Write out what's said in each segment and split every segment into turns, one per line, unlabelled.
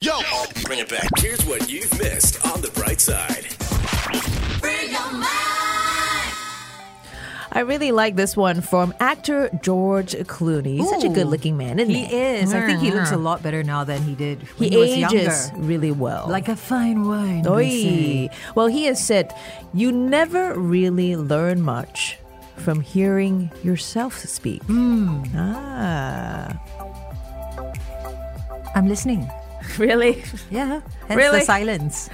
Yo,
Bring it back. Here's what you've missed on the bright side.
I really like this one from actor George Clooney. He's such a
Ooh.
good looking man, isn't
He is. I think he looks a
Yeah.
lot better now than he did when
Mm-hmm. He,
he, was
ages
younger.
really well.
Like a fine wine. they
Oi.
say.
Well, he has said, You never really learn much from hearing yourself speak. Ah.
I'm listening.
Really?
Yeah. Hence
Really?
the silence.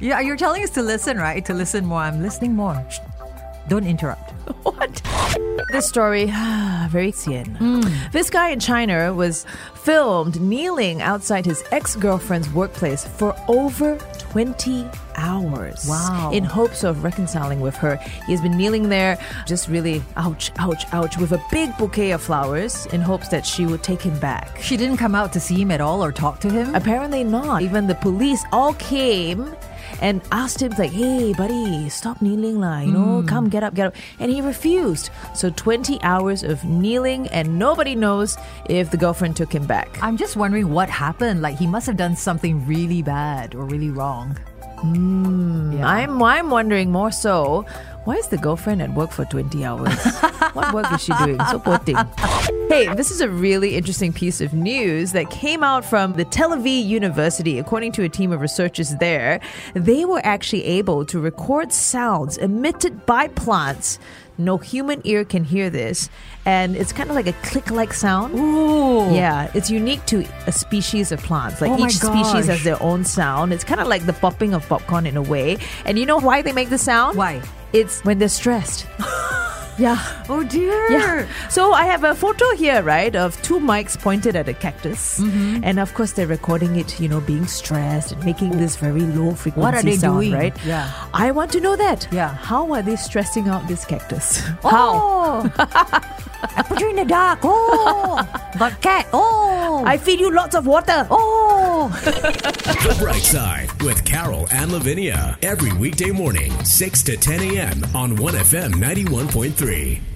yeah, you're telling us to listen, right? To listen more. I'm listening more. Shh. Don't interrupt.
What? This story, very Xian. This guy in China was filmed kneeling outside his ex girlfriend's workplace for over 20 hours.
Wow.
In hopes of reconciling with her. He has been kneeling there, just really, ouch, ouch, ouch, with a big bouquet of flowers in hopes that she would take him back.
She didn't come out to see him at all or talk to him.
Apparently not. Even the police all came and asked him like, "Hey, buddy, stop kneeling, lah. You know, come get up, get up." And he refused. So 20 hours of kneeling, and nobody knows if the girlfriend took him back.
I'm just wondering what happened. Like, he must have done something really bad or really wrong.
I'm I'm wondering more so. Why is the girlfriend at work for 20 hours? what work is she doing? So poor thing. Hey, this is a really interesting piece of news that came out from the Tel Aviv University. According to a team of researchers there, they were actually able to record sounds emitted by plants. No human ear can hear this. And it's kind of like a click like sound.
Ooh.
Yeah, it's unique to a species of plants. Like
Oh my
each species
gosh.
has their own sound. It's kind of like the popping of popcorn in a way. And you know why they make the sound?
Why?
It's when they're stressed. yeah.
Oh, dear.
Yeah. So I have a photo here, right, of two mics pointed at a cactus.
Mm-hmm.
And of course, they're recording it, you know, being stressed and making this very low frequency
What are they
sound,
doing?
right?
Yeah.
I want to know that.
Yeah.
How are they stressing out this cactus?
Oh. I put you in the dark. Oh. But cat. Oh.
I feed you lots of water.
oh.
The bright side with Carol and Lavinia. Every weekday morning, 6 to 10 a.m. on 1FM 91.3.